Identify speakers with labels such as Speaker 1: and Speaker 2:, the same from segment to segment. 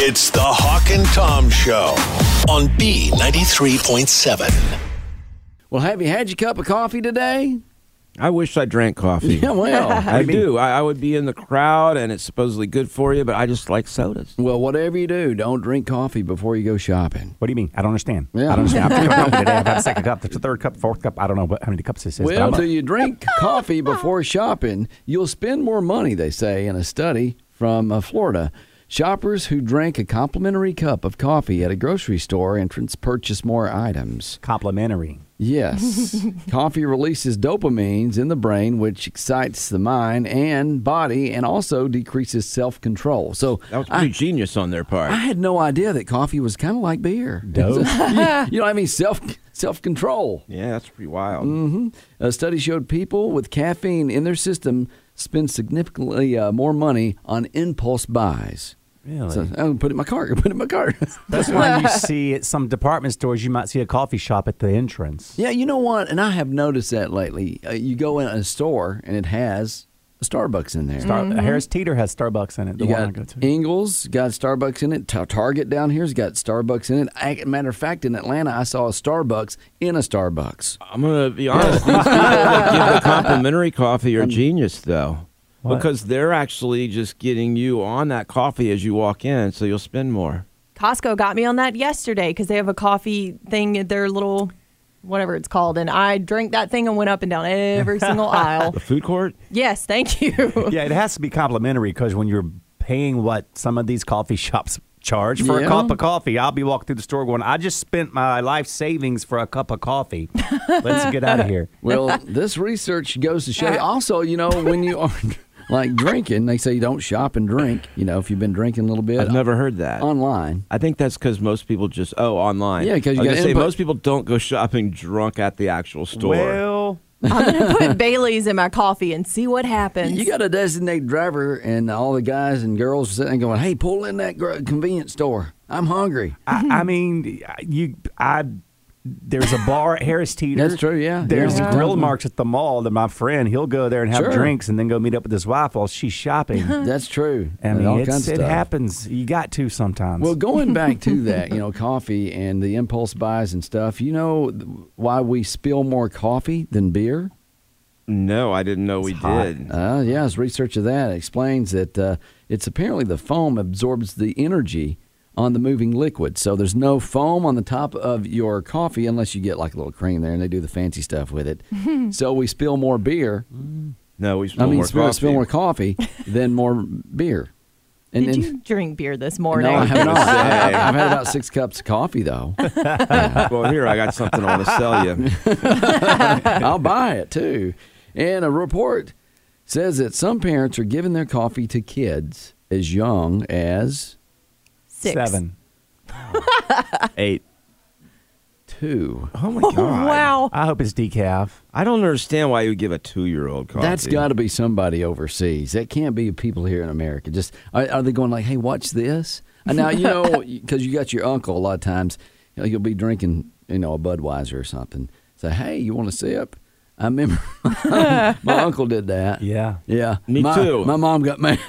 Speaker 1: It's the Hawk and Tom Show on B93.7.
Speaker 2: Well, have you had your cup of coffee today?
Speaker 3: I wish I drank coffee.
Speaker 2: Yeah, well,
Speaker 3: I,
Speaker 2: I mean-
Speaker 3: do. I, I would be in the crowd, and it's supposedly good for you, but I just like sodas.
Speaker 2: Well, whatever you do, don't drink coffee before you go shopping.
Speaker 4: What do you mean? I don't understand.
Speaker 2: Yeah.
Speaker 4: I don't understand. I'm drinking coffee today. I've had a second cup. There's a third cup, fourth cup. I don't know what, how many cups this is. but
Speaker 2: Well,
Speaker 4: I'm-
Speaker 2: till you drink coffee before shopping, you'll spend more money, they say, in a study from uh, Florida. Shoppers who drank a complimentary cup of coffee at a grocery store entrance purchase more items.
Speaker 4: complimentary.
Speaker 2: Yes. coffee releases dopamines in the brain, which excites the mind and body and also decreases self control. So
Speaker 3: That was pretty genius on their part.
Speaker 2: I had no idea that coffee was kind of like beer.
Speaker 4: Dope.
Speaker 2: you, you know what I mean? Self self control.
Speaker 3: yeah, that's pretty wild.
Speaker 2: Mm-hmm. A study Uh, showed people with caffeine in their system spend significantly uh, more money on impulse buys.
Speaker 4: Really?
Speaker 2: So, oh, put it in my cart. Put it in my cart.
Speaker 4: That's why you see at some department stores, you might see a coffee shop at the entrance.
Speaker 2: yeah, you know what? And I have noticed that lately. Uh, you go in a store and it has a Starbucks in there.
Speaker 4: Star- Harris Teeter has Starbucks in it. The
Speaker 2: Mm-hmm. you
Speaker 4: one I
Speaker 2: got
Speaker 4: go to.
Speaker 2: Ingles, got Starbucks in it. Ta- Target down here's got Starbucks in it. Ac- matter of fact, in Atlanta, I saw a Starbucks in a Starbucks.
Speaker 3: I'm going to be honest. These people that give the complimentary coffee are genius, though.
Speaker 4: What?
Speaker 3: Because they're actually just getting you on that coffee as you walk in, so you'll spend more.
Speaker 5: Costco got me on that yesterday because they have a coffee thing at their little whatever it's called, and I drank that thing and went up and down every single aisle.
Speaker 3: The food court?
Speaker 5: Yes, thank you.
Speaker 4: Yeah, it has to be complimentary because when you're paying what some of these coffee shops charge for
Speaker 2: Yeah.
Speaker 4: a cup of coffee, I'll be walking through the store going, I just spent my life savings for a cup of coffee. Let's get out of here.
Speaker 2: Well, this research goes to show. Also, you know, when you are like drinking, they say you don't shop and drink. You know, if you've been drinking a little bit,
Speaker 3: I've never heard that.
Speaker 2: online.
Speaker 3: I think that's because most people just, oh, online.
Speaker 2: Yeah, 'cause you
Speaker 3: I was
Speaker 2: got
Speaker 3: gonna say,
Speaker 2: input-
Speaker 3: most people don't go shopping drunk at the actual store.
Speaker 4: Well,
Speaker 5: I'm gonna put Bailey's in my coffee and see what happens.
Speaker 2: You got a designated driver, and all the guys and girls are sitting there going, "Hey, pull in that gr- convenience store. I'm hungry."
Speaker 4: I, I mean, you, I. There's a bar at Harris Teeter.
Speaker 2: That's true, yeah.
Speaker 4: There's
Speaker 2: Yeah. Mm-hmm.
Speaker 4: grill marks at the mall that my friend he'll go there and have
Speaker 2: Sure.
Speaker 4: drinks and then go meet up with his wife while she's shopping.
Speaker 2: That's true.
Speaker 4: I
Speaker 2: And
Speaker 4: mean,
Speaker 2: all
Speaker 4: it's-
Speaker 2: kinds of
Speaker 4: it
Speaker 2: stuff.
Speaker 4: happens. You got to sometimes.
Speaker 2: Well, going back to that, you know, coffee and the impulse buys and stuff. You know th- why we spill more coffee than beer?
Speaker 3: No, I didn't know we
Speaker 4: hot.
Speaker 3: did.
Speaker 2: Uh, yes, research of that explains that uh, it's apparently the foam absorbs the energy on the moving liquid. So there's no foam on the top of your coffee unless you get like a little cream there and they do the fancy stuff with it. so we spill more beer.
Speaker 3: No, we
Speaker 2: I
Speaker 3: spill
Speaker 2: mean,
Speaker 3: more
Speaker 2: spill,
Speaker 3: coffee.
Speaker 2: spill more coffee than more beer. And,
Speaker 5: Did
Speaker 2: and-
Speaker 5: you drink beer this
Speaker 2: no,
Speaker 5: morning?
Speaker 2: I have not.
Speaker 3: Say.
Speaker 2: I've, I've had about six cups of coffee though.
Speaker 3: well, here I got something I want to sell you.
Speaker 2: I'll buy it too. And a report says that some parents are giving their coffee to kids as young as
Speaker 5: Six.
Speaker 4: seven.
Speaker 3: Eight.
Speaker 2: two.
Speaker 3: Oh my god!
Speaker 5: Wow.
Speaker 4: I hope it's decaf.
Speaker 3: I don't understand why you would give a two-year-old coffee.
Speaker 2: Oh, That's got to be somebody overseas. That can't be people here in America. Just are, are they going like, hey, watch this? And Now you know because you got your uncle a lot of times. You will be drinking, you know, a Budweiser or something. Say, hey, you want a sip? I remember my uncle did that.
Speaker 4: Yeah.
Speaker 2: yeah.
Speaker 3: Me
Speaker 2: My-
Speaker 3: too.
Speaker 2: My mom got mad.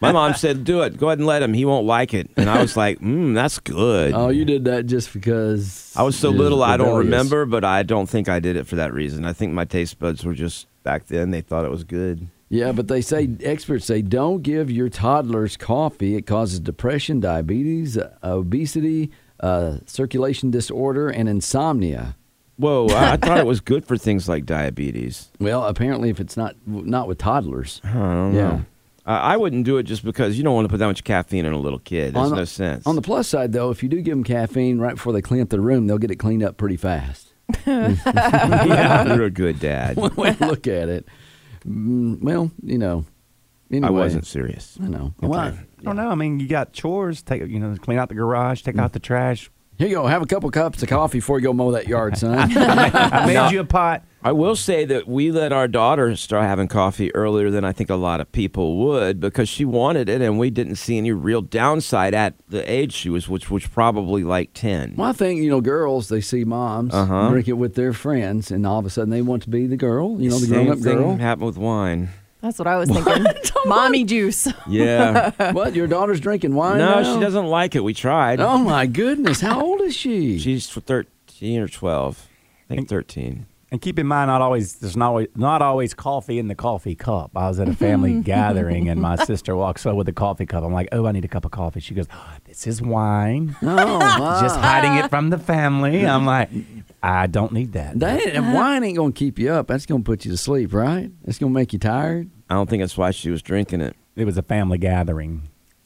Speaker 3: My mom said, "Do it. Go ahead and let him. He won't like it." And I was like, "Mm, that's good."
Speaker 2: oh, you did that just because
Speaker 3: I was so
Speaker 2: you're
Speaker 3: little, I don't
Speaker 2: rebellious.
Speaker 3: remember, but I don't think I did it for that reason. I think my taste buds were just back then; they thought it was good.
Speaker 2: Yeah, but they say experts say don't give your toddlers coffee. It causes depression, diabetes, uh, obesity, uh, circulation disorder, and insomnia.
Speaker 3: Whoa! I, I thought it was good for things like diabetes.
Speaker 2: Well, apparently, if it's not not with toddlers,
Speaker 3: I don't
Speaker 2: Yeah.
Speaker 3: know. I, I wouldn't do it just because you don't want to put that much caffeine in a little kid. There's
Speaker 2: On the-
Speaker 3: no sense.
Speaker 2: On the plus side, though, if you do give them caffeine right before they clean up their room, they'll get it cleaned up pretty fast.
Speaker 3: You're a good dad.
Speaker 2: One way to look at it. Mm, well, you know, anyway,
Speaker 3: I wasn't serious.
Speaker 2: I know.
Speaker 3: Okay.
Speaker 4: I don't know. I mean, you got chores. Take you know, clean out the garage,
Speaker 2: Mm.
Speaker 4: take out the trash.
Speaker 2: Here you go. Have a couple cups of coffee before you go mow that yard, son.
Speaker 4: I made you a pot.
Speaker 3: I will say that we let our daughter start having coffee earlier than I think a lot of people would because she wanted it, and we didn't see any real downside at the age she was, which was probably like ten.
Speaker 2: My thing, you know, girls they see moms
Speaker 3: Uh-huh.
Speaker 2: drink it with their friends, and all of a sudden they want to be the girl, you know, the
Speaker 3: Same
Speaker 2: grown up
Speaker 3: thing
Speaker 2: girl.
Speaker 3: happened with wine.
Speaker 5: That's what I was thinking. Mommy juice.
Speaker 3: Yeah.
Speaker 2: what? Your daughter's drinking wine?
Speaker 3: no,
Speaker 2: now?
Speaker 3: she doesn't like it. We tried.
Speaker 2: Oh my goodness! How old is she?
Speaker 3: She's 13 or 12. I think 13.
Speaker 4: And keep in mind, not always there's not always, not always coffee in the coffee cup. I was at a family gathering, and my sister walks up with a coffee cup. I'm like, "Oh, I need a cup of coffee." She goes, "Oh, "This is wine,
Speaker 2: oh, my.
Speaker 4: just hiding it from the family." I'm like, "I don't need that."
Speaker 2: that ain't- wine ain't gonna keep you up. That's gonna put you to sleep, right? That's gonna make you tired.
Speaker 3: I don't think that's why she was drinking it.
Speaker 4: It was a family gathering.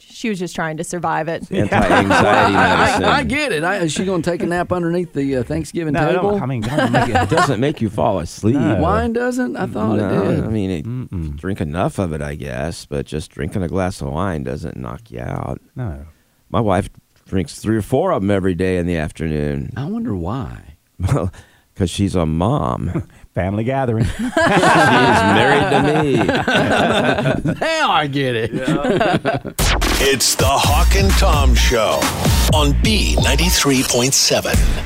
Speaker 5: She was just trying to survive it.
Speaker 3: Anti-anxiety
Speaker 2: I,
Speaker 3: medicine.
Speaker 2: I get it. I, is she gonna take a nap underneath the uh, Thanksgiving
Speaker 4: No, I don't-
Speaker 2: table?
Speaker 4: I mean, God, make it-
Speaker 3: It doesn't make you fall asleep.
Speaker 4: No.
Speaker 2: wine doesn't. I thought
Speaker 3: No,
Speaker 2: it did.
Speaker 3: I mean, it, you drink enough of it, I guess, but just drinking a glass of wine doesn't knock you out.
Speaker 4: no.
Speaker 3: My wife drinks three or four of them every day in the afternoon
Speaker 2: I wonder why.
Speaker 3: because she's a mom.
Speaker 4: Family gathering.
Speaker 3: She's married to me.
Speaker 2: now I get it.
Speaker 1: It's the Hawk and Tom Show on B93.7.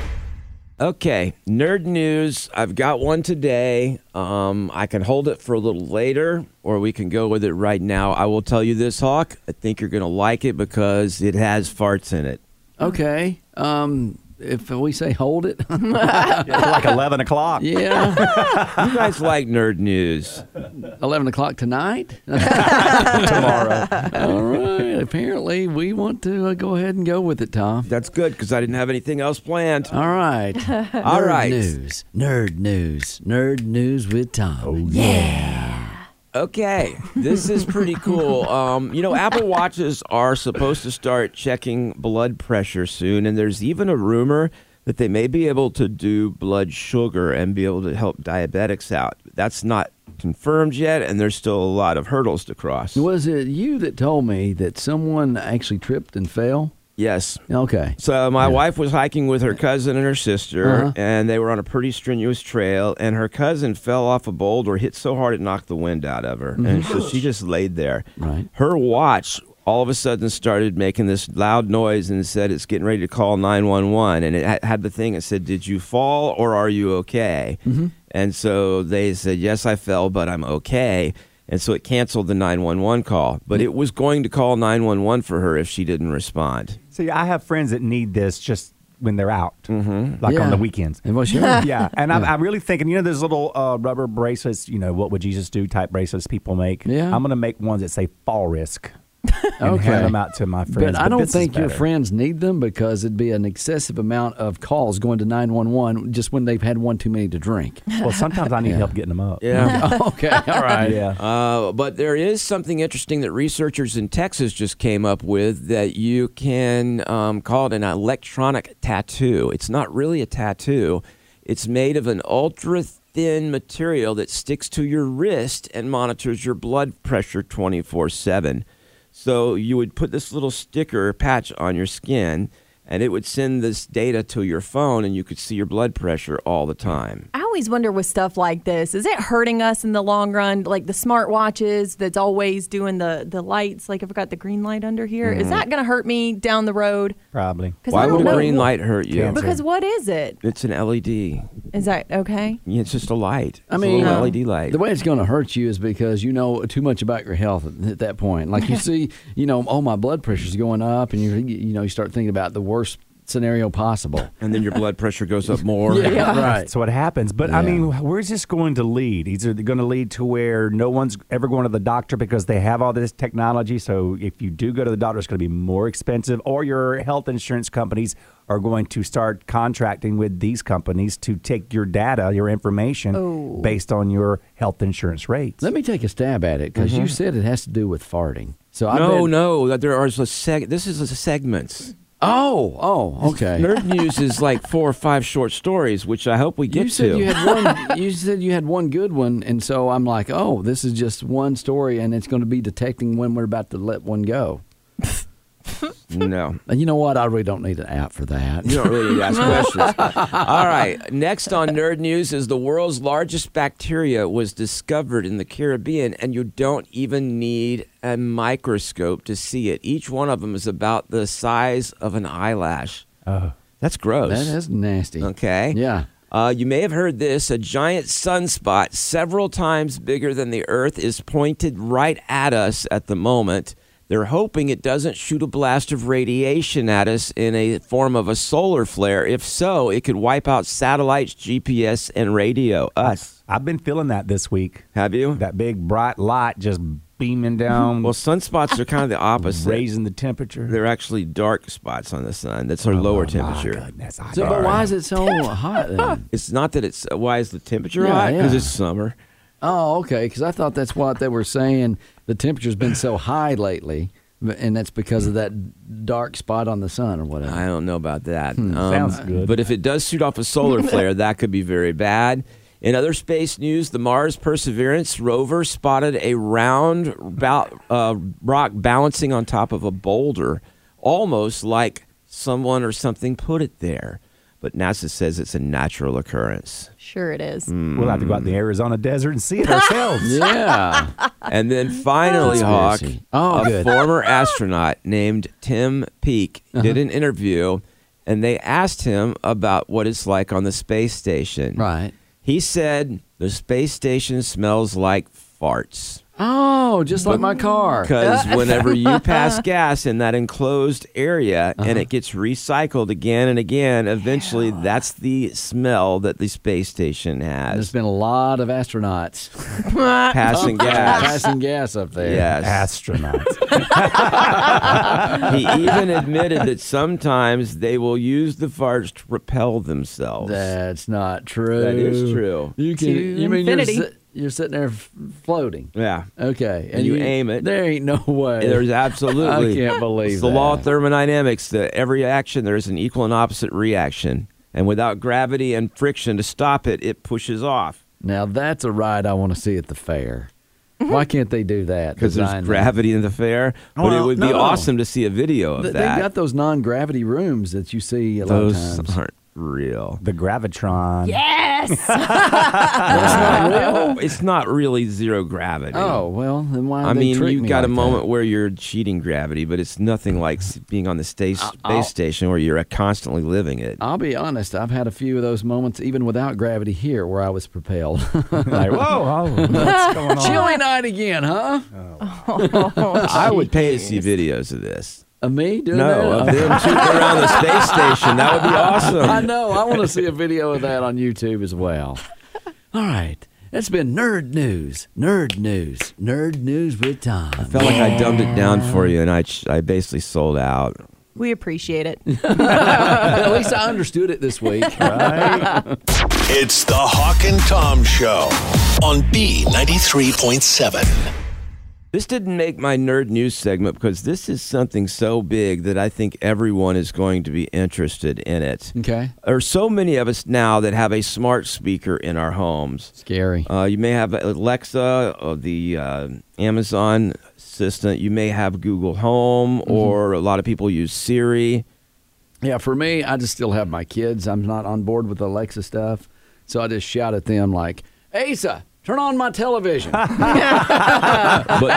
Speaker 3: Okay, nerd news. I've got one today. Um, I can hold it for a little later, or we can go with it right now. I will tell you this, Hawk. I think you're going to like it because it has farts in it.
Speaker 2: Okay. Um, if we say hold it,
Speaker 4: like 11 o'clock.
Speaker 2: yeah,
Speaker 3: You guys like nerd news.
Speaker 2: eleven o'clock tonight.
Speaker 4: Tomorrow.
Speaker 2: All right. Apparently, we want to uh, go ahead and go with it, Tom.
Speaker 3: That's good because I didn't have anything else planned.
Speaker 2: All right.
Speaker 3: All
Speaker 2: Nerd
Speaker 3: right.
Speaker 2: News. Nerd news. Nerd news with Tom. Oh yeah.
Speaker 3: Okay, this is pretty cool. Um, you know, Apple Watches are supposed to start checking blood pressure soon, and there's even a rumor that they may be able to do blood sugar and be able to help diabetics out. That's not confirmed yet, and there's still a lot of hurdles to cross.
Speaker 2: Was it you that told me that someone actually tripped and fell?
Speaker 3: Yes.
Speaker 2: Okay.
Speaker 3: So my wife was hiking with her cousin and her sister,
Speaker 2: Uh-huh.
Speaker 3: and they were on a pretty strenuous trail. And her cousin fell off a boulder, hit so hard it knocked the wind out of her, and so she just laid there.
Speaker 2: Mm-hmm. Right.
Speaker 3: Her watch all of a sudden started making this loud noise and said it's getting ready to call 911 and it ha- had the thing that said did you fall or are you okay
Speaker 2: Mm-hmm.
Speaker 3: and so they said yes i fell but i'm okay and so it canceled the 911 call
Speaker 2: Mm-hmm.
Speaker 3: but it was going to call 911 for her if she didn't respond
Speaker 4: See, I have friends that need this just when they're out, like
Speaker 2: Mm-hmm. Yeah.
Speaker 4: on the weekends.
Speaker 2: And well, sure.
Speaker 4: yeah, and I'm, I'm really thinking, you know, those little uh, rubber bracelets, you know, what would Jesus do type bracelets people make.
Speaker 2: Yeah.
Speaker 4: I'm going to make ones that say fall risk and
Speaker 2: Okay.
Speaker 4: hand them out to my friends.
Speaker 2: But I don't
Speaker 4: this is
Speaker 2: think your
Speaker 4: better.
Speaker 2: friends need them because it'd be an excessive amount of calls going to 911 just when they've had one too many to drink.
Speaker 4: Well, sometimes I need help getting them up.
Speaker 3: yeah
Speaker 2: okay, all right.
Speaker 4: Yeah.
Speaker 3: Uh, but there is something interesting that researchers in Texas just came up with that you can um, call it an electronic tattoo. It's not really a tattoo, it's made of an ultra thin material that sticks to your wrist and monitors your blood pressure 24 7. So you would put this little sticker patch on your skin. And it would send this data to your phone, and you could see your blood pressure all the time.
Speaker 5: I always wonder with stuff like this, is it hurting us in the long run? Like the smart watches that's always doing the, the lights, like if I got the green light under here,
Speaker 2: Mm-hmm.
Speaker 5: is that going to hurt me down the road?
Speaker 4: Probably.
Speaker 5: 'Cause
Speaker 3: Why
Speaker 5: I don't
Speaker 3: would a
Speaker 5: know.
Speaker 3: green light hurt you?
Speaker 4: Cancer.
Speaker 5: Because what is it?
Speaker 3: It's an E LED.
Speaker 5: Is that okay?
Speaker 3: Yeah, it's just a light.
Speaker 2: I
Speaker 3: It's
Speaker 2: mean,
Speaker 3: a little
Speaker 2: uh,
Speaker 3: LED light.
Speaker 2: The way it's going to hurt you is because you know too much about your health at, at that point. Like you see, you know, oh my blood pressure's going up, and you you know you start thinking about the worst scenario possible.
Speaker 3: and then your blood pressure goes up more.
Speaker 2: right.
Speaker 4: That's what happens. But I
Speaker 2: Yeah.
Speaker 4: mean, where's this going to lead? Is it going to lead to where no one's ever going to the doctor because they have all this technology? So if you do go to the doctor, it's going to be more expensive, or your health insurance companies are going to start contracting with these companies to take your data, your information, based on your health insurance rates.
Speaker 2: Oh. Let me take a stab at it because you said it has to do with farting. So I
Speaker 3: Mm-hmm. No,
Speaker 2: bet-
Speaker 3: no, that there are a seg- this is a segments.
Speaker 2: Oh, oh, okay.
Speaker 3: Nerd news is like four or five short stories, which I hope we get
Speaker 2: you said
Speaker 3: to.
Speaker 2: you had one. you said you had one good one, and so I'm like, oh, this is just one story, and it's going to be detecting when we're about to let one go.
Speaker 3: no.
Speaker 2: And you know what? I really don't need an app for that.
Speaker 3: You don't really need to ask questions. All right. Next on Nerd News is the world's largest bacteria was discovered in the Caribbean, and you don't even need a microscope to see it. Each one of them is about the size of an eyelash.
Speaker 4: Oh.
Speaker 3: That's gross.
Speaker 2: That is nasty.
Speaker 3: Okay.
Speaker 2: Yeah.
Speaker 3: Uh, you may have heard this a giant sunspot, several times bigger than the Earth, is pointed right at us at the moment. They're hoping it doesn't shoot a blast of radiation at us in a form of a solar flare. If so, it could wipe out satellites, GPS, and radio. Us.
Speaker 4: I've been feeling that this week.
Speaker 3: Have you?
Speaker 4: That big bright light just beaming down,
Speaker 3: Well, sunspots are kind of the opposite.
Speaker 4: raising the temperature. Oh,
Speaker 3: They're actually dark spots on the sun. That's
Speaker 2: Oh
Speaker 3: our lower temperature.
Speaker 4: Goodness, I
Speaker 2: So,
Speaker 4: know.
Speaker 2: but why is it so hot then?
Speaker 3: It's not that it's uh, why is the temperature
Speaker 2: Yeah,
Speaker 3: high? Because
Speaker 2: yeah.
Speaker 3: it's summer.
Speaker 2: Oh, okay. Because I thought that's what they were saying. The temperature's been so high lately, and that's because of that dark spot on the sun or whatever.
Speaker 3: I don't know about that. Um,
Speaker 4: Hmm, Sounds good.
Speaker 3: But if it does shoot off a solar flare, that could be very bad. In other space news, the Mars Perseverance rover spotted a round ba- uh, rock balancing on top of a boulder, almost like someone or something put it there. But NASA says it's a natural occurrence.
Speaker 5: Sure, it is.
Speaker 3: Mm.
Speaker 4: We'll have to go out in the Arizona desert and see it ourselves.
Speaker 2: Yeah.
Speaker 3: And then finally, Hawk,
Speaker 2: Conspiracy. Oh,
Speaker 3: a
Speaker 2: good. Uh-huh.
Speaker 3: former astronaut named Tim Peake did an interview, and they asked him about what it's like on the space station.
Speaker 2: right.
Speaker 3: He said the space station smells like farts
Speaker 2: Oh, just like my car.
Speaker 3: because whenever you pass gas in that enclosed area
Speaker 2: Uh-huh.
Speaker 3: and it gets recycled again and again, eventually that's the smell that the space station
Speaker 2: There's
Speaker 3: has
Speaker 2: been a lot of astronauts
Speaker 3: passing gas.
Speaker 2: passing gas up there.
Speaker 3: Yes.
Speaker 4: Astronauts.
Speaker 3: he even admitted that sometimes they will use the farts to propel themselves.
Speaker 2: That's not true.
Speaker 3: That is true.
Speaker 2: You can.
Speaker 5: To
Speaker 2: you mean you're,
Speaker 5: infinity.
Speaker 2: sit- you're sitting there f- floating?
Speaker 3: yeah.
Speaker 2: Okay,
Speaker 3: And you aim it.
Speaker 2: There ain't no way.
Speaker 3: There's absolutely.
Speaker 2: I can't believe
Speaker 3: It's the law
Speaker 2: that.
Speaker 3: of thermodynamics that every action there is an equal and opposite reaction, and without gravity and friction to stop it, it pushes off
Speaker 2: now that's a ride I want to see at the fair. Why can't they do that?
Speaker 3: because
Speaker 2: Design that.
Speaker 3: there's gravity in the fair. but it
Speaker 2: Well,
Speaker 3: would be
Speaker 2: no, no.
Speaker 3: awesome to see a video of
Speaker 2: Th- They've
Speaker 3: that.
Speaker 2: got those non-gravity rooms that you see a lot of
Speaker 3: Those
Speaker 2: times.
Speaker 3: aren't real.
Speaker 4: the Gravitron. Yeah.
Speaker 3: It's not really zero gravity.
Speaker 2: Oh well, then why?
Speaker 3: I
Speaker 2: they
Speaker 3: mean,
Speaker 2: trick
Speaker 3: you've
Speaker 2: me
Speaker 3: got a
Speaker 2: like that?
Speaker 3: moment where you're cheating gravity, but it's nothing like s- being on the space, space station where you're uh, constantly living it.
Speaker 2: I'll be honest. I've had a few of those moments, even without gravity, here where I was propelled.
Speaker 4: Like, whoa, oh, what's going on?
Speaker 2: Chilly night again, huh?
Speaker 3: I would pay to see videos of this.
Speaker 2: Of me doing
Speaker 3: No,
Speaker 2: that?
Speaker 3: of them shooting around the space station. That would be awesome.
Speaker 2: I know. I want to see a video of that on YouTube as well. All right. That's been Nerd News. Nerd News. Nerd News with Tom.
Speaker 3: felt like I dumbed it down for you, and I, ch- I basically sold out.
Speaker 5: We appreciate it.
Speaker 2: At least I understood it this week.
Speaker 1: It's the Hawk and Tom Show on B93.7.
Speaker 3: This didn't make my nerd news segment because this is something so big that I think everyone is going to be interested in it.
Speaker 2: Okay.
Speaker 3: There are so many of us now that have a smart speaker in our homes.
Speaker 2: Scary.
Speaker 3: Uh, you may have Alexa, or the uh, Amazon assistant. You may have Google Home,
Speaker 2: Mm-hmm.
Speaker 3: or a lot of people use Siri.
Speaker 2: Yeah, for me, I just still have my kids. I'm not on board with Alexa stuff. So I just shout at them like, Asa, turn on my television.
Speaker 3: But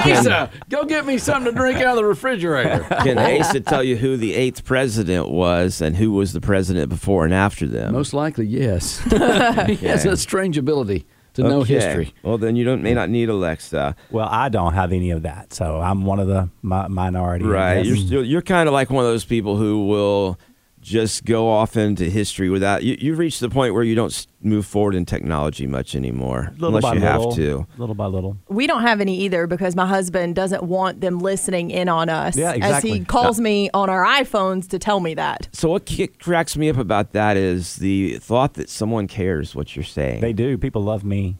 Speaker 3: can,
Speaker 2: Asa, go get me something to drink out of the refrigerator.
Speaker 3: can Asa tell you who the eighth president was and who was the president before and after them?
Speaker 2: Most likely, yes. He has a strange ability to know
Speaker 3: Okay.
Speaker 2: history.
Speaker 3: Well, then you don't may not need Alexa.
Speaker 4: Well, I don't have any of that, so I'm one of the mi- minority. I
Speaker 3: Right.
Speaker 4: guess.
Speaker 3: You're still, you're kind of like one of those people who will just go off into history without you, you've reached the point where you don't s- move forward in technology much anymore
Speaker 4: little
Speaker 3: unless
Speaker 4: by
Speaker 3: you
Speaker 4: little,
Speaker 3: have to.
Speaker 4: Little by little.
Speaker 5: We don't have any either because my husband doesn't want them listening in on us.
Speaker 4: Yeah,
Speaker 5: As
Speaker 4: exactly.
Speaker 5: he calls me on our iPhones to tell me that.
Speaker 3: So what kick cracks me up about that is the thought that someone cares what you're saying.
Speaker 4: They do. People love me.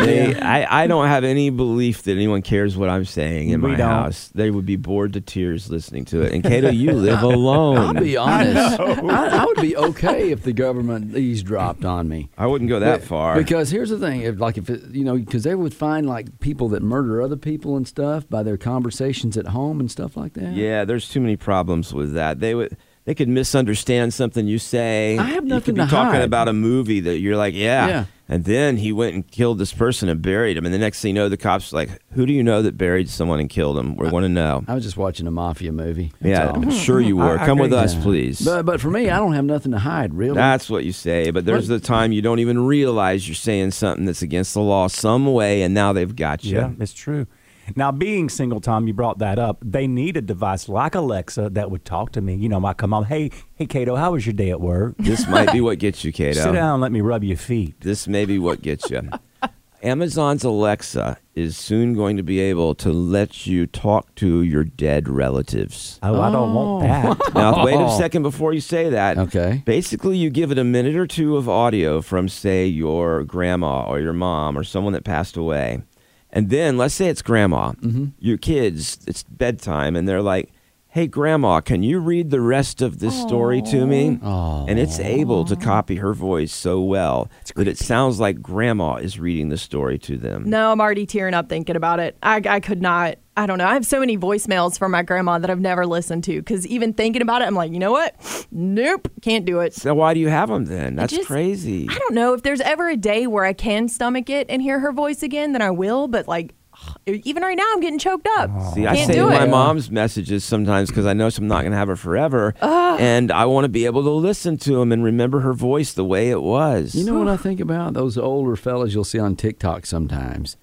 Speaker 3: They- I, I don't have any belief that anyone cares what I'm saying in
Speaker 4: We
Speaker 3: my
Speaker 4: don't.
Speaker 3: house. They would be bored to tears listening to it. And Cato, you live alone.
Speaker 2: I'll be honest. I, I would be okay if the government eavesdropped on me.
Speaker 3: I wouldn't go that
Speaker 2: Be-
Speaker 3: far.
Speaker 2: Because here's the thing, if like if it, you know, because they would find like people that murder other people and stuff by their conversations at home and stuff like that.
Speaker 3: Yeah, there's too many problems with that. They would they could misunderstand something you say.
Speaker 2: I have
Speaker 3: you
Speaker 2: nothing
Speaker 3: could be
Speaker 2: to
Speaker 3: talking
Speaker 2: hide.
Speaker 3: about a movie that you're like, yeah,
Speaker 2: Yeah.
Speaker 3: And then he went and killed this person and buried him. And the next thing you know, the cops are like, "Who do you know that buried someone and killed him? We want to know."
Speaker 2: I was just watching a mafia movie. That's
Speaker 3: yeah,
Speaker 2: all.
Speaker 3: I'm sure you were.
Speaker 4: Hmm, I- I
Speaker 3: Come with
Speaker 4: agree.
Speaker 3: us, please.
Speaker 2: But, but for me, I don't have nothing to hide, really.
Speaker 3: That's what you say. But there's the time you don't even realize you're saying something that's against the law some way, and now they've got you.
Speaker 4: Yeah, it's true. Now, being single, Tom, you brought that up. They need a device like Alexa that would talk to me. You know, my come on, hey, hey, Kato, how was your day at work?
Speaker 3: This might be what gets you, Kato.
Speaker 4: Sit down, let me rub your feet.
Speaker 3: This may be what gets you. Amazon's Alexa is soon going to be able to let you talk to your dead relatives.
Speaker 4: Oh, I don't want that.
Speaker 3: Now, wait a second before you say that.
Speaker 2: Okay.
Speaker 3: Basically, you give it a minute or two of audio from, say, your grandma or your mom or someone that passed away. And then, let's say it's grandma, your kids, it's bedtime, and they're like, hey, grandma, can you read the rest of this story to me? And it's able to copy her voice so well that it sounds like grandma is reading the story to them.
Speaker 5: No, I'm already tearing up thinking about it. I, I could not. I don't know. I have so many voicemails from my grandma that I've never listened to because even thinking about it, I'm like, you know what? Nope, can't do it.
Speaker 3: So, why do you have them then? That's
Speaker 5: just-
Speaker 3: crazy.
Speaker 5: I don't know if there's ever a day where I can stomach it and hear her voice again, then I will. But like, even right now, I'm getting choked up.
Speaker 3: See, I
Speaker 5: can't
Speaker 3: save
Speaker 5: do
Speaker 3: my
Speaker 5: it.
Speaker 3: mom's messages sometimes because I know I'm not going to have her forever, and I want to be able to listen to them and remember her voice the way it was.
Speaker 2: You know what I think about? Those older fellas you'll see on TikTok sometimes.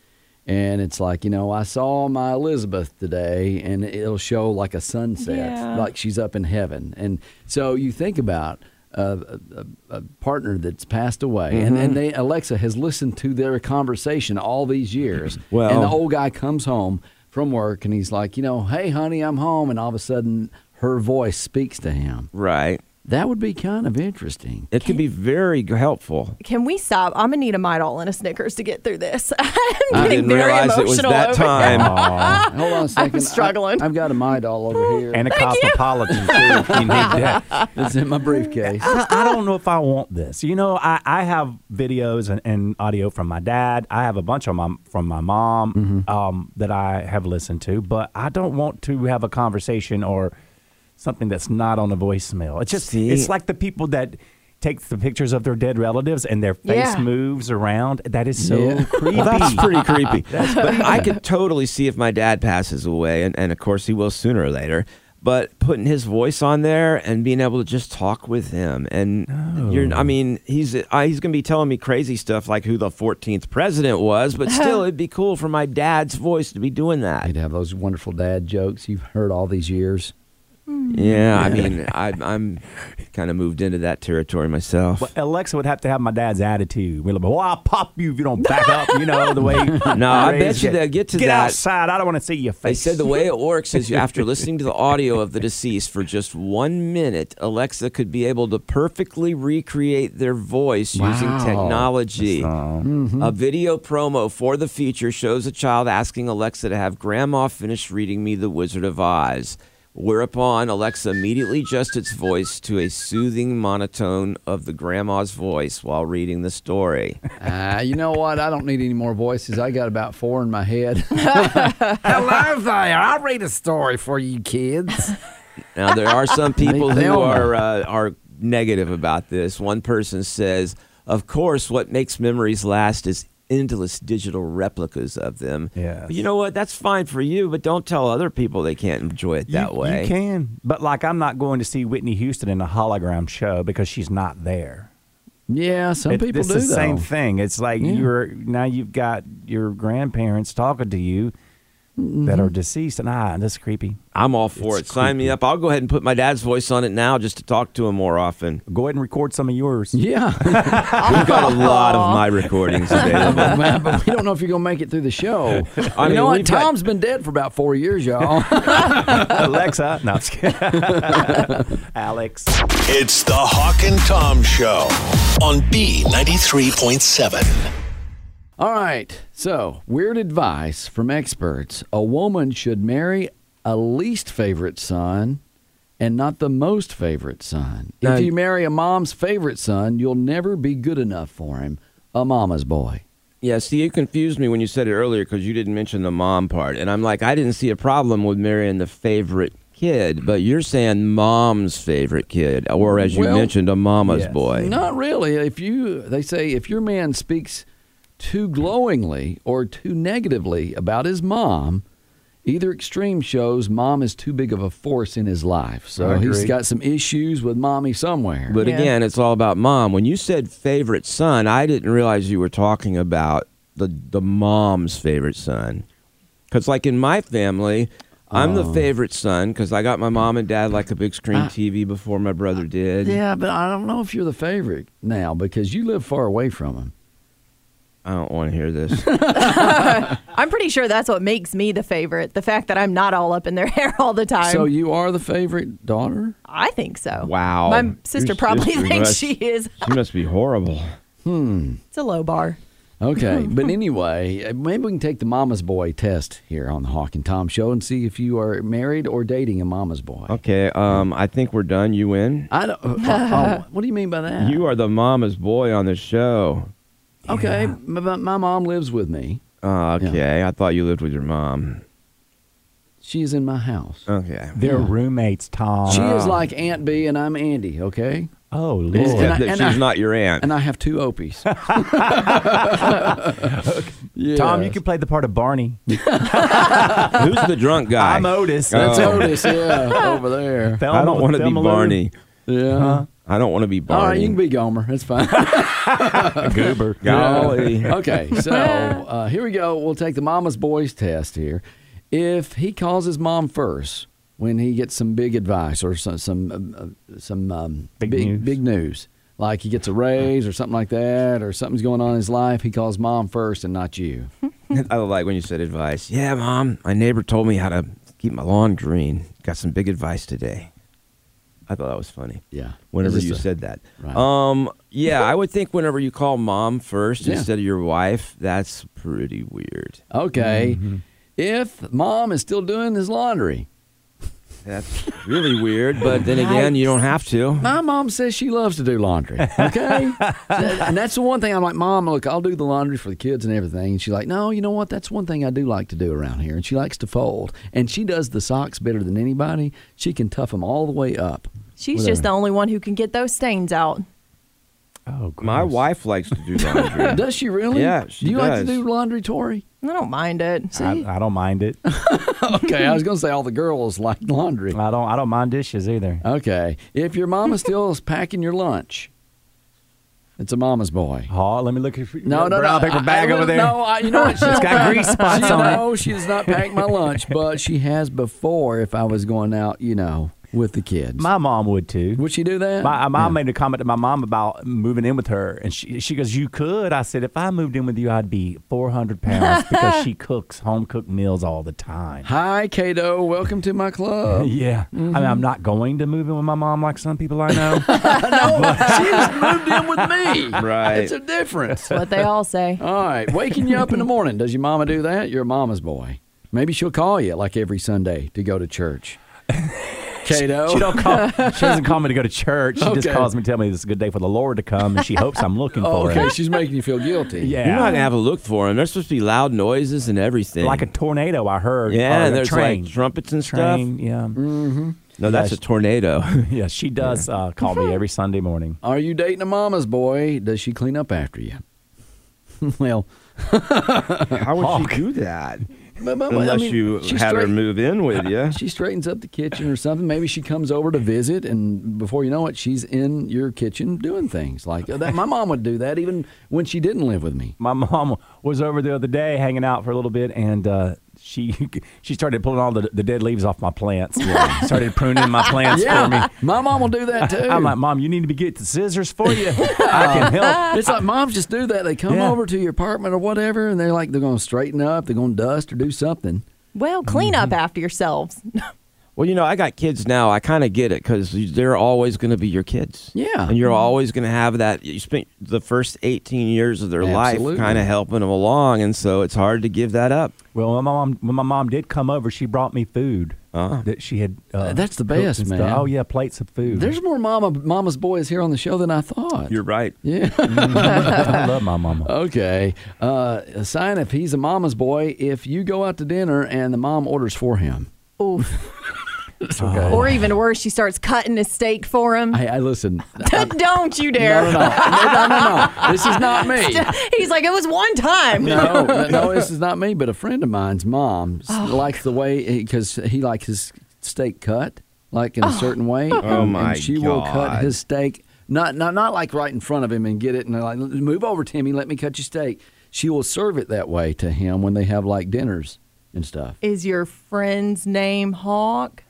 Speaker 2: And it's like, you know, I saw my Elizabeth today, and it'll show like a sunset,
Speaker 5: Yeah.
Speaker 2: like she's up in heaven. And so you think about a, a, a partner that's passed away, and, and they, Alexa has listened to their conversation all these years.
Speaker 3: Well-
Speaker 2: and the old guy comes home from work, and he's like, you know, hey, honey, I'm home. And all of a sudden, her voice speaks to him.
Speaker 3: right?
Speaker 2: That would be kind of interesting.
Speaker 3: It could be very g- helpful.
Speaker 5: Can we stop? I'm gonna need a Midol and a Snickers to get through this. I'm
Speaker 3: I
Speaker 5: getting
Speaker 3: didn't
Speaker 5: very
Speaker 3: realize it
Speaker 5: emotional
Speaker 3: was that
Speaker 5: over
Speaker 3: time.
Speaker 4: Aw.
Speaker 2: Hold on a second. I-
Speaker 5: struggling.
Speaker 2: I've got a mind all over here.
Speaker 4: and a cosmopolitan, too. if You need that.
Speaker 2: It's in my briefcase.
Speaker 4: I, I don't know if I want this. You know, I, I have videos and, and audio from my dad. I have a bunch of my, from my mom um, that I have listened to, but I don't want to have a conversation or something that's not on a voicemail. It's just,
Speaker 3: See?
Speaker 4: it's like the people that take the pictures of their dead relatives and their face
Speaker 5: Yeah.
Speaker 4: moves around. That is so
Speaker 2: Yeah.
Speaker 4: creepy.
Speaker 3: Well, that's pretty creepy. but I could totally see if my dad passes away, and, and of course he will sooner or later. But putting his voice on there and being able to just talk with him, and you're—I mean, he's I, he's going to be telling me crazy stuff like who the 14th president was, but still, it'd be cool for my dad's voice to be doing that.
Speaker 2: You'd have those wonderful dad jokes you've heard all these years.
Speaker 3: Yeah, I mean, I, I'm kind of moved into that territory myself.
Speaker 4: But Alexa would have to have my dad's attitude. We're like, well, I'll pop you if you don't back up, you know, the way.
Speaker 3: No, I
Speaker 4: Raised
Speaker 3: bet you
Speaker 4: it.
Speaker 3: they'll get to
Speaker 4: get
Speaker 3: that.
Speaker 4: outside. I don't want to see your
Speaker 3: They
Speaker 4: face.
Speaker 3: said the way it works is you, after listening to the audio of the deceased for just one minute, Alexa could be able to perfectly recreate their voice using
Speaker 2: Wow.
Speaker 3: technology. A video promo for the feature shows a child asking Alexa to have grandma finish reading me The Wizard of Oz. Whereupon Alexa immediately adjusts its voice to a soothing monotone of the grandma's voice while reading the story.
Speaker 2: Uh, you know what? I don't need any more voices. I got about four in my head. Hello there. I'll read a story for you kids.
Speaker 3: Now there are some people
Speaker 2: They
Speaker 3: who
Speaker 2: own
Speaker 3: are uh, are negative about this. One person says, "Of course, what makes memories last is endless digital replicas of them."
Speaker 4: Yes.
Speaker 3: But you know what? That's fine for you, but don't tell other people they can't enjoy it that
Speaker 4: you,
Speaker 3: way.
Speaker 4: You can, but like I'm not going to see Whitney Houston in a hologram show because she's not there.
Speaker 2: Yeah, some
Speaker 4: It-
Speaker 2: people
Speaker 4: it's
Speaker 2: do
Speaker 4: the same
Speaker 2: though.
Speaker 4: thing. It's like
Speaker 2: Yeah.
Speaker 4: you're now you've got your grandparents talking to you that
Speaker 3: Mm-hmm.
Speaker 4: are deceased, and ah, that's creepy.
Speaker 3: I'm all for
Speaker 4: It's
Speaker 3: it. Sign me
Speaker 4: creepy.
Speaker 3: up. I'll go ahead and put my dad's voice on it now just to talk to him more often.
Speaker 4: Go ahead and record some of yours.
Speaker 2: Yeah.
Speaker 3: We've got a lot of my recordings available.
Speaker 2: Well, but we don't know if you're going to make it through the show.
Speaker 3: I
Speaker 2: you
Speaker 3: mean,
Speaker 2: know
Speaker 3: we've
Speaker 2: what?
Speaker 3: got-
Speaker 2: Tom's been dead for about four years, y'all.
Speaker 4: Alexa, no, I'm just kidding. Alex.
Speaker 1: It's the Hawk and Tom Show on B93.7.
Speaker 2: All right. So, weird advice from experts. A woman should marry a least favorite son and not the most favorite son.
Speaker 3: Now-
Speaker 2: if you marry a mom's favorite son, you'll never be good enough for him. A mama's boy.
Speaker 3: Yeah, see, you confused me when you said it earlier because you didn't mention the mom part. And I'm like, I didn't see a problem with marrying the favorite kid, but you're saying mom's favorite kid, or as you
Speaker 2: Well,
Speaker 3: mentioned, a mama's
Speaker 4: yes.
Speaker 3: boy.
Speaker 2: Not really. If you, they say, if your man speaks too glowingly or too negatively about his mom, either extreme shows mom is too big of a force in his life. So
Speaker 4: I
Speaker 2: he's
Speaker 4: agree.
Speaker 2: got some issues with mommy somewhere.
Speaker 3: But
Speaker 5: Yeah.
Speaker 3: again, it's all about mom. When you said favorite son, I didn't realize you were talking about the the mom's favorite son. Because like in my family, I'm
Speaker 5: Oh.
Speaker 3: the favorite son because I got my mom and dad like a big screen
Speaker 5: Ah.
Speaker 3: TV before my brother
Speaker 5: Uh,
Speaker 3: did.
Speaker 4: Mm-hmm.
Speaker 2: yeah, but I don't know if you're the favorite now because you live far away from him.
Speaker 3: I don't want to hear this.
Speaker 5: I'm pretty sure that's what makes me the favorite. The fact that I'm not all up in their hair all the time.
Speaker 2: so you are the favorite daughter?
Speaker 5: I think so.
Speaker 3: Wow.
Speaker 5: My sister
Speaker 3: Your
Speaker 5: probably
Speaker 3: sister
Speaker 5: thinks
Speaker 3: must-
Speaker 5: she is.
Speaker 3: she must be horrible.
Speaker 5: It's a low bar.
Speaker 2: Okay, but anyway, uh, maybe we can take the mama's boy test here on the Hawk and Tom show and see if you are married or dating a mama's boy.
Speaker 4: Oh.
Speaker 3: Okay, um, I think we're done. You win.
Speaker 2: I don't. uh, uh, what do you mean by that?
Speaker 3: You are the mama's boy on the show.
Speaker 2: okay. My, my- my mom lives with me.
Speaker 3: Oh, okay, I thought you lived with your mom.
Speaker 2: She is in my house.
Speaker 3: Okay.
Speaker 4: They're roommates, Tom.
Speaker 2: she is like Aunt B, and I'm Andy. Okay,
Speaker 4: oh,
Speaker 2: And I-
Speaker 4: Lord.
Speaker 3: Except that
Speaker 2: and
Speaker 3: she's
Speaker 2: I-
Speaker 3: not your aunt.
Speaker 2: and I have two Opies. Yeah.
Speaker 4: Tom, you can play the part of Barney.
Speaker 3: Who's the drunk guy?
Speaker 4: I'm Otis.
Speaker 2: That's
Speaker 3: Oh.
Speaker 2: Otis, yeah, over there.
Speaker 4: Thelma-
Speaker 3: I don't want to be
Speaker 4: Thelma Lou.
Speaker 3: Barney.
Speaker 2: Yeah.
Speaker 3: I don't want to be Barney.
Speaker 2: All right, you can be Gomer. That's fine.
Speaker 4: Goober.
Speaker 3: Golly.
Speaker 2: okay, so uh, here we go. We'll take the mama's boys test here. If he calls his mom first when he gets some big advice or some some uh, uh, some um,
Speaker 4: Big
Speaker 2: big
Speaker 4: news.
Speaker 2: big news, like he gets a raise or something like that, or something's going on in his life, he calls mom first and not you.
Speaker 3: I like when you said advice. Yeah, mom. My neighbor told me how to keep my lawn green. Got some big advice today. I thought that was funny.
Speaker 2: Yeah.
Speaker 3: Whenever
Speaker 2: It's
Speaker 3: you
Speaker 2: just a-
Speaker 3: said that.
Speaker 2: right.
Speaker 3: Um. Yeah, I would think whenever you call mom first
Speaker 2: Yeah.
Speaker 3: instead of your wife, that's pretty weird.
Speaker 2: Okay,
Speaker 3: Mm-hmm.
Speaker 2: if mom is still doing his laundry,
Speaker 3: That's really weird. But then again, you don't have to.
Speaker 2: My mom says she loves to do laundry. Okay, and that's the one thing I'm like, Mom, look, I'll do the laundry for the kids and everything. And she's like, No, you know what? That's one thing I do like to do around here. And she likes to fold, and she does the socks better than anybody. She can tough them all the way up.
Speaker 5: She's
Speaker 2: Whatever.
Speaker 5: just the only one who can get those stains out.
Speaker 4: Oh, gross.
Speaker 3: My wife likes to do laundry.
Speaker 2: Does she really?
Speaker 3: Yeah, she
Speaker 2: do you like to
Speaker 3: does.
Speaker 2: do laundry, Tori?
Speaker 5: I don't mind it.
Speaker 4: I, I don't mind it. I
Speaker 2: Okay, I was gonna say all the girls like laundry.
Speaker 4: don't. I don't mind dishes either.
Speaker 2: Okay, if your mama still is packing your lunch, it's a mama's boy.
Speaker 4: Paul, let me look at your
Speaker 2: No, no,
Speaker 4: brown
Speaker 2: no.
Speaker 4: paper
Speaker 2: I-
Speaker 4: bag
Speaker 2: I-
Speaker 4: over there.
Speaker 2: No, I, you know what? She
Speaker 4: it's got grease spots
Speaker 2: she,
Speaker 4: on it.
Speaker 2: no, she does not pack my lunch, but she has before if I was going out, you know, with the kids.
Speaker 4: My mom would too.
Speaker 2: Would she do that?
Speaker 4: My, my mom made a comment to my mom about moving in with her, and she she goes, "You could." I said, "If I moved in with you, I'd be four hundred pounds because she cooks home cooked meals all the time."
Speaker 2: Hi, Kato. Welcome to my club.
Speaker 4: Yeah, I mean, I'm not going to move in with my mom like some people I know.
Speaker 2: no, she just moved in with me.
Speaker 3: Right.
Speaker 2: It's a difference.
Speaker 5: That's what they all say.
Speaker 2: All right. Waking you up in the morning. Does your mama do that? You're a mama's boy. Maybe she'll call you like every Sunday to go to church. Kato.
Speaker 4: she don't call. She doesn't call me to go to church. She just
Speaker 2: Okay.
Speaker 4: calls me, to tell me this is a good day for the Lord to come, and she hopes I'm looking
Speaker 2: Oh,
Speaker 4: for
Speaker 2: okay.
Speaker 4: it.
Speaker 2: She's making you feel guilty.
Speaker 4: Yeah,
Speaker 3: You're not gonna have a look for him. There's supposed to be loud noises and everything.
Speaker 4: like a tornado. I heard.
Speaker 3: yeah,
Speaker 4: or
Speaker 3: and
Speaker 4: a
Speaker 3: there's
Speaker 4: train.
Speaker 3: like Mm. trumpets and
Speaker 4: train.
Speaker 3: stuff.
Speaker 4: Yeah,
Speaker 3: No, that's a tornado.
Speaker 4: yeah. She does uh, call me every Sunday morning.
Speaker 2: Are you dating a mama's boy? Does she clean up after you? well,
Speaker 3: How would
Speaker 4: Hawk.
Speaker 3: she do that?
Speaker 2: but, but- but, I
Speaker 3: Unless
Speaker 2: mean,
Speaker 3: you
Speaker 2: she
Speaker 3: had her
Speaker 2: straight-
Speaker 3: move in with you.
Speaker 2: She straightens up the kitchen or something. Maybe she comes over to visit, and before you know it, she's in your kitchen doing things like uh, that. My mom would do that even when she didn't live with me.
Speaker 4: my mom was over the other day hanging out for a little bit and uh, she she started pulling all the, the dead leaves off my plants started pruning my plants for me
Speaker 2: my mom will do that too.
Speaker 4: i'm like mom you need to be getting the scissors for you i can help
Speaker 2: it's like moms just do that. They come
Speaker 4: Yeah.
Speaker 2: over to your apartment or whatever, and they're like they're going to straighten up, they're going to dust or do something.
Speaker 3: Mm-hmm.
Speaker 5: Well, clean up after yourselves.
Speaker 3: Well, you know, I got kids now. I kind of get it because they're always going to be your kids.
Speaker 2: Yeah. Mm-hmm.
Speaker 3: And you're always going to have that. You spent the first 18 years of their
Speaker 2: Absolutely.
Speaker 3: life kind of helping them along. And so it's hard to give that up.
Speaker 4: well when my mom when my mom did come over she brought me food
Speaker 3: Uh-huh.
Speaker 4: that she had uh,
Speaker 2: That's the
Speaker 4: cooked
Speaker 2: best,
Speaker 4: and stuff.
Speaker 2: man.
Speaker 4: oh yeah plates of food
Speaker 2: There's more mama mama's boys here on the show than I thought.
Speaker 3: You're right.
Speaker 2: yeah.
Speaker 4: i love my mama
Speaker 2: Okay. Uh, a sign if he's a mama's boy, if you go out to dinner and the mom orders for him.
Speaker 5: Oof.
Speaker 2: Okay.
Speaker 5: Or even worse, she starts cutting his steak for him.
Speaker 2: Hey, I listen.
Speaker 5: Don't you dare.
Speaker 2: No, no, no, no, no, no. This is not me.
Speaker 5: He's like, it was one time.
Speaker 2: No, no, no, this is not me. But a friend of mine's mom s- likes the way because he likes his steak cut like in a certain way. Oh and,
Speaker 6: my
Speaker 2: And she will cut
Speaker 6: God.
Speaker 2: his steak not not not like right in front of him and get it and like move over, Timmy. Let me cut your steak. She will serve it that way to him when they have like dinners and stuff.
Speaker 5: Is your friend's name Hawk?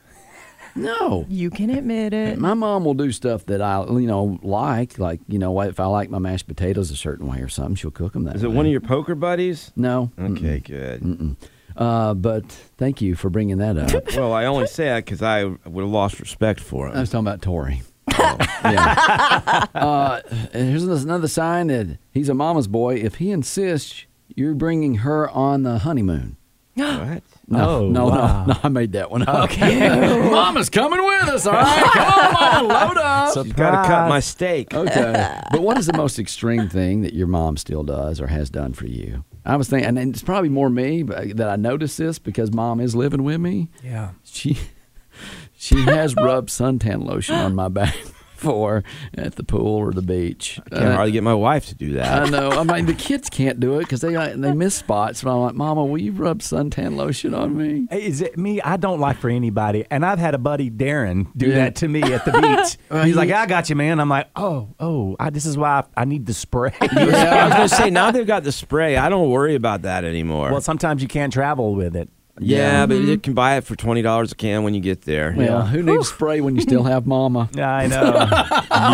Speaker 2: No.
Speaker 5: You can admit it.
Speaker 2: My mom will do stuff that I, you know, like. Like, you know, if I like my mashed potatoes a certain way or something, she'll cook them that
Speaker 6: Is it
Speaker 2: way.
Speaker 6: one of your poker buddies?
Speaker 2: No.
Speaker 6: Okay, good.
Speaker 2: Uh, but thank you for bringing that up.
Speaker 6: Well, I only say that because I would have lost respect for
Speaker 2: I
Speaker 6: him.
Speaker 2: was talking about Tori. Oh, yeah. Uh, and here's another sign that he's a mama's boy. If he insists, you're bringing her on the honeymoon.
Speaker 6: what?
Speaker 2: No,
Speaker 4: Oh,
Speaker 2: no,
Speaker 4: wow.
Speaker 2: no, no, I made that one up. Okay. Mama's coming with us, all right? Come on, load up.
Speaker 6: You gotta cut my steak.
Speaker 2: Oh, Okay. but what is the most extreme thing that your mom still does or has done for you? I was thinking, and it's probably more me but, uh, that I noticed this because mom is living with me.
Speaker 4: Yeah.
Speaker 2: She she has rubbed suntan lotion on my back before at the pool or the beach. Uh,
Speaker 6: I can hardly get my wife to do that.
Speaker 2: I know. I mean, the kids can't do it because they like, they miss spots. But I'm like, Mama, will you rub suntan lotion on me?
Speaker 4: Is it me? I don't like for anybody. And I've had a buddy, Darren, do
Speaker 2: Yeah.
Speaker 4: that to me at the beach.
Speaker 2: Uh,
Speaker 4: He's
Speaker 2: you-
Speaker 4: like, I got you, man. I'm like, oh, oh, I, this is why I, I need the spray.
Speaker 2: uh,
Speaker 6: Yeah, I was gonna say now they've got the spray. I don't worry about that anymore.
Speaker 4: well, sometimes you can't travel with it.
Speaker 6: yeah, but you can buy it for twenty dollars a can when you get there.
Speaker 2: mm-hmm. Well, who needs spray when you still have Mama?
Speaker 4: I know.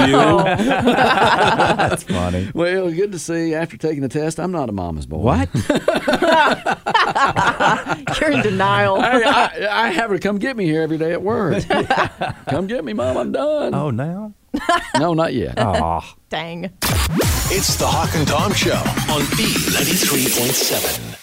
Speaker 6: You
Speaker 4: That's funny.
Speaker 2: Well, good to see. you. After taking the test, I'm not a mama's boy.
Speaker 6: what?
Speaker 5: You're in denial.
Speaker 2: Hey, I, I have her come get me here every day at work. come get me, mom. I'm done.
Speaker 4: Oh, now?
Speaker 2: No, not yet.
Speaker 4: Oh.
Speaker 5: Dang.
Speaker 1: It's the Hawk and Tom Show on B93.7.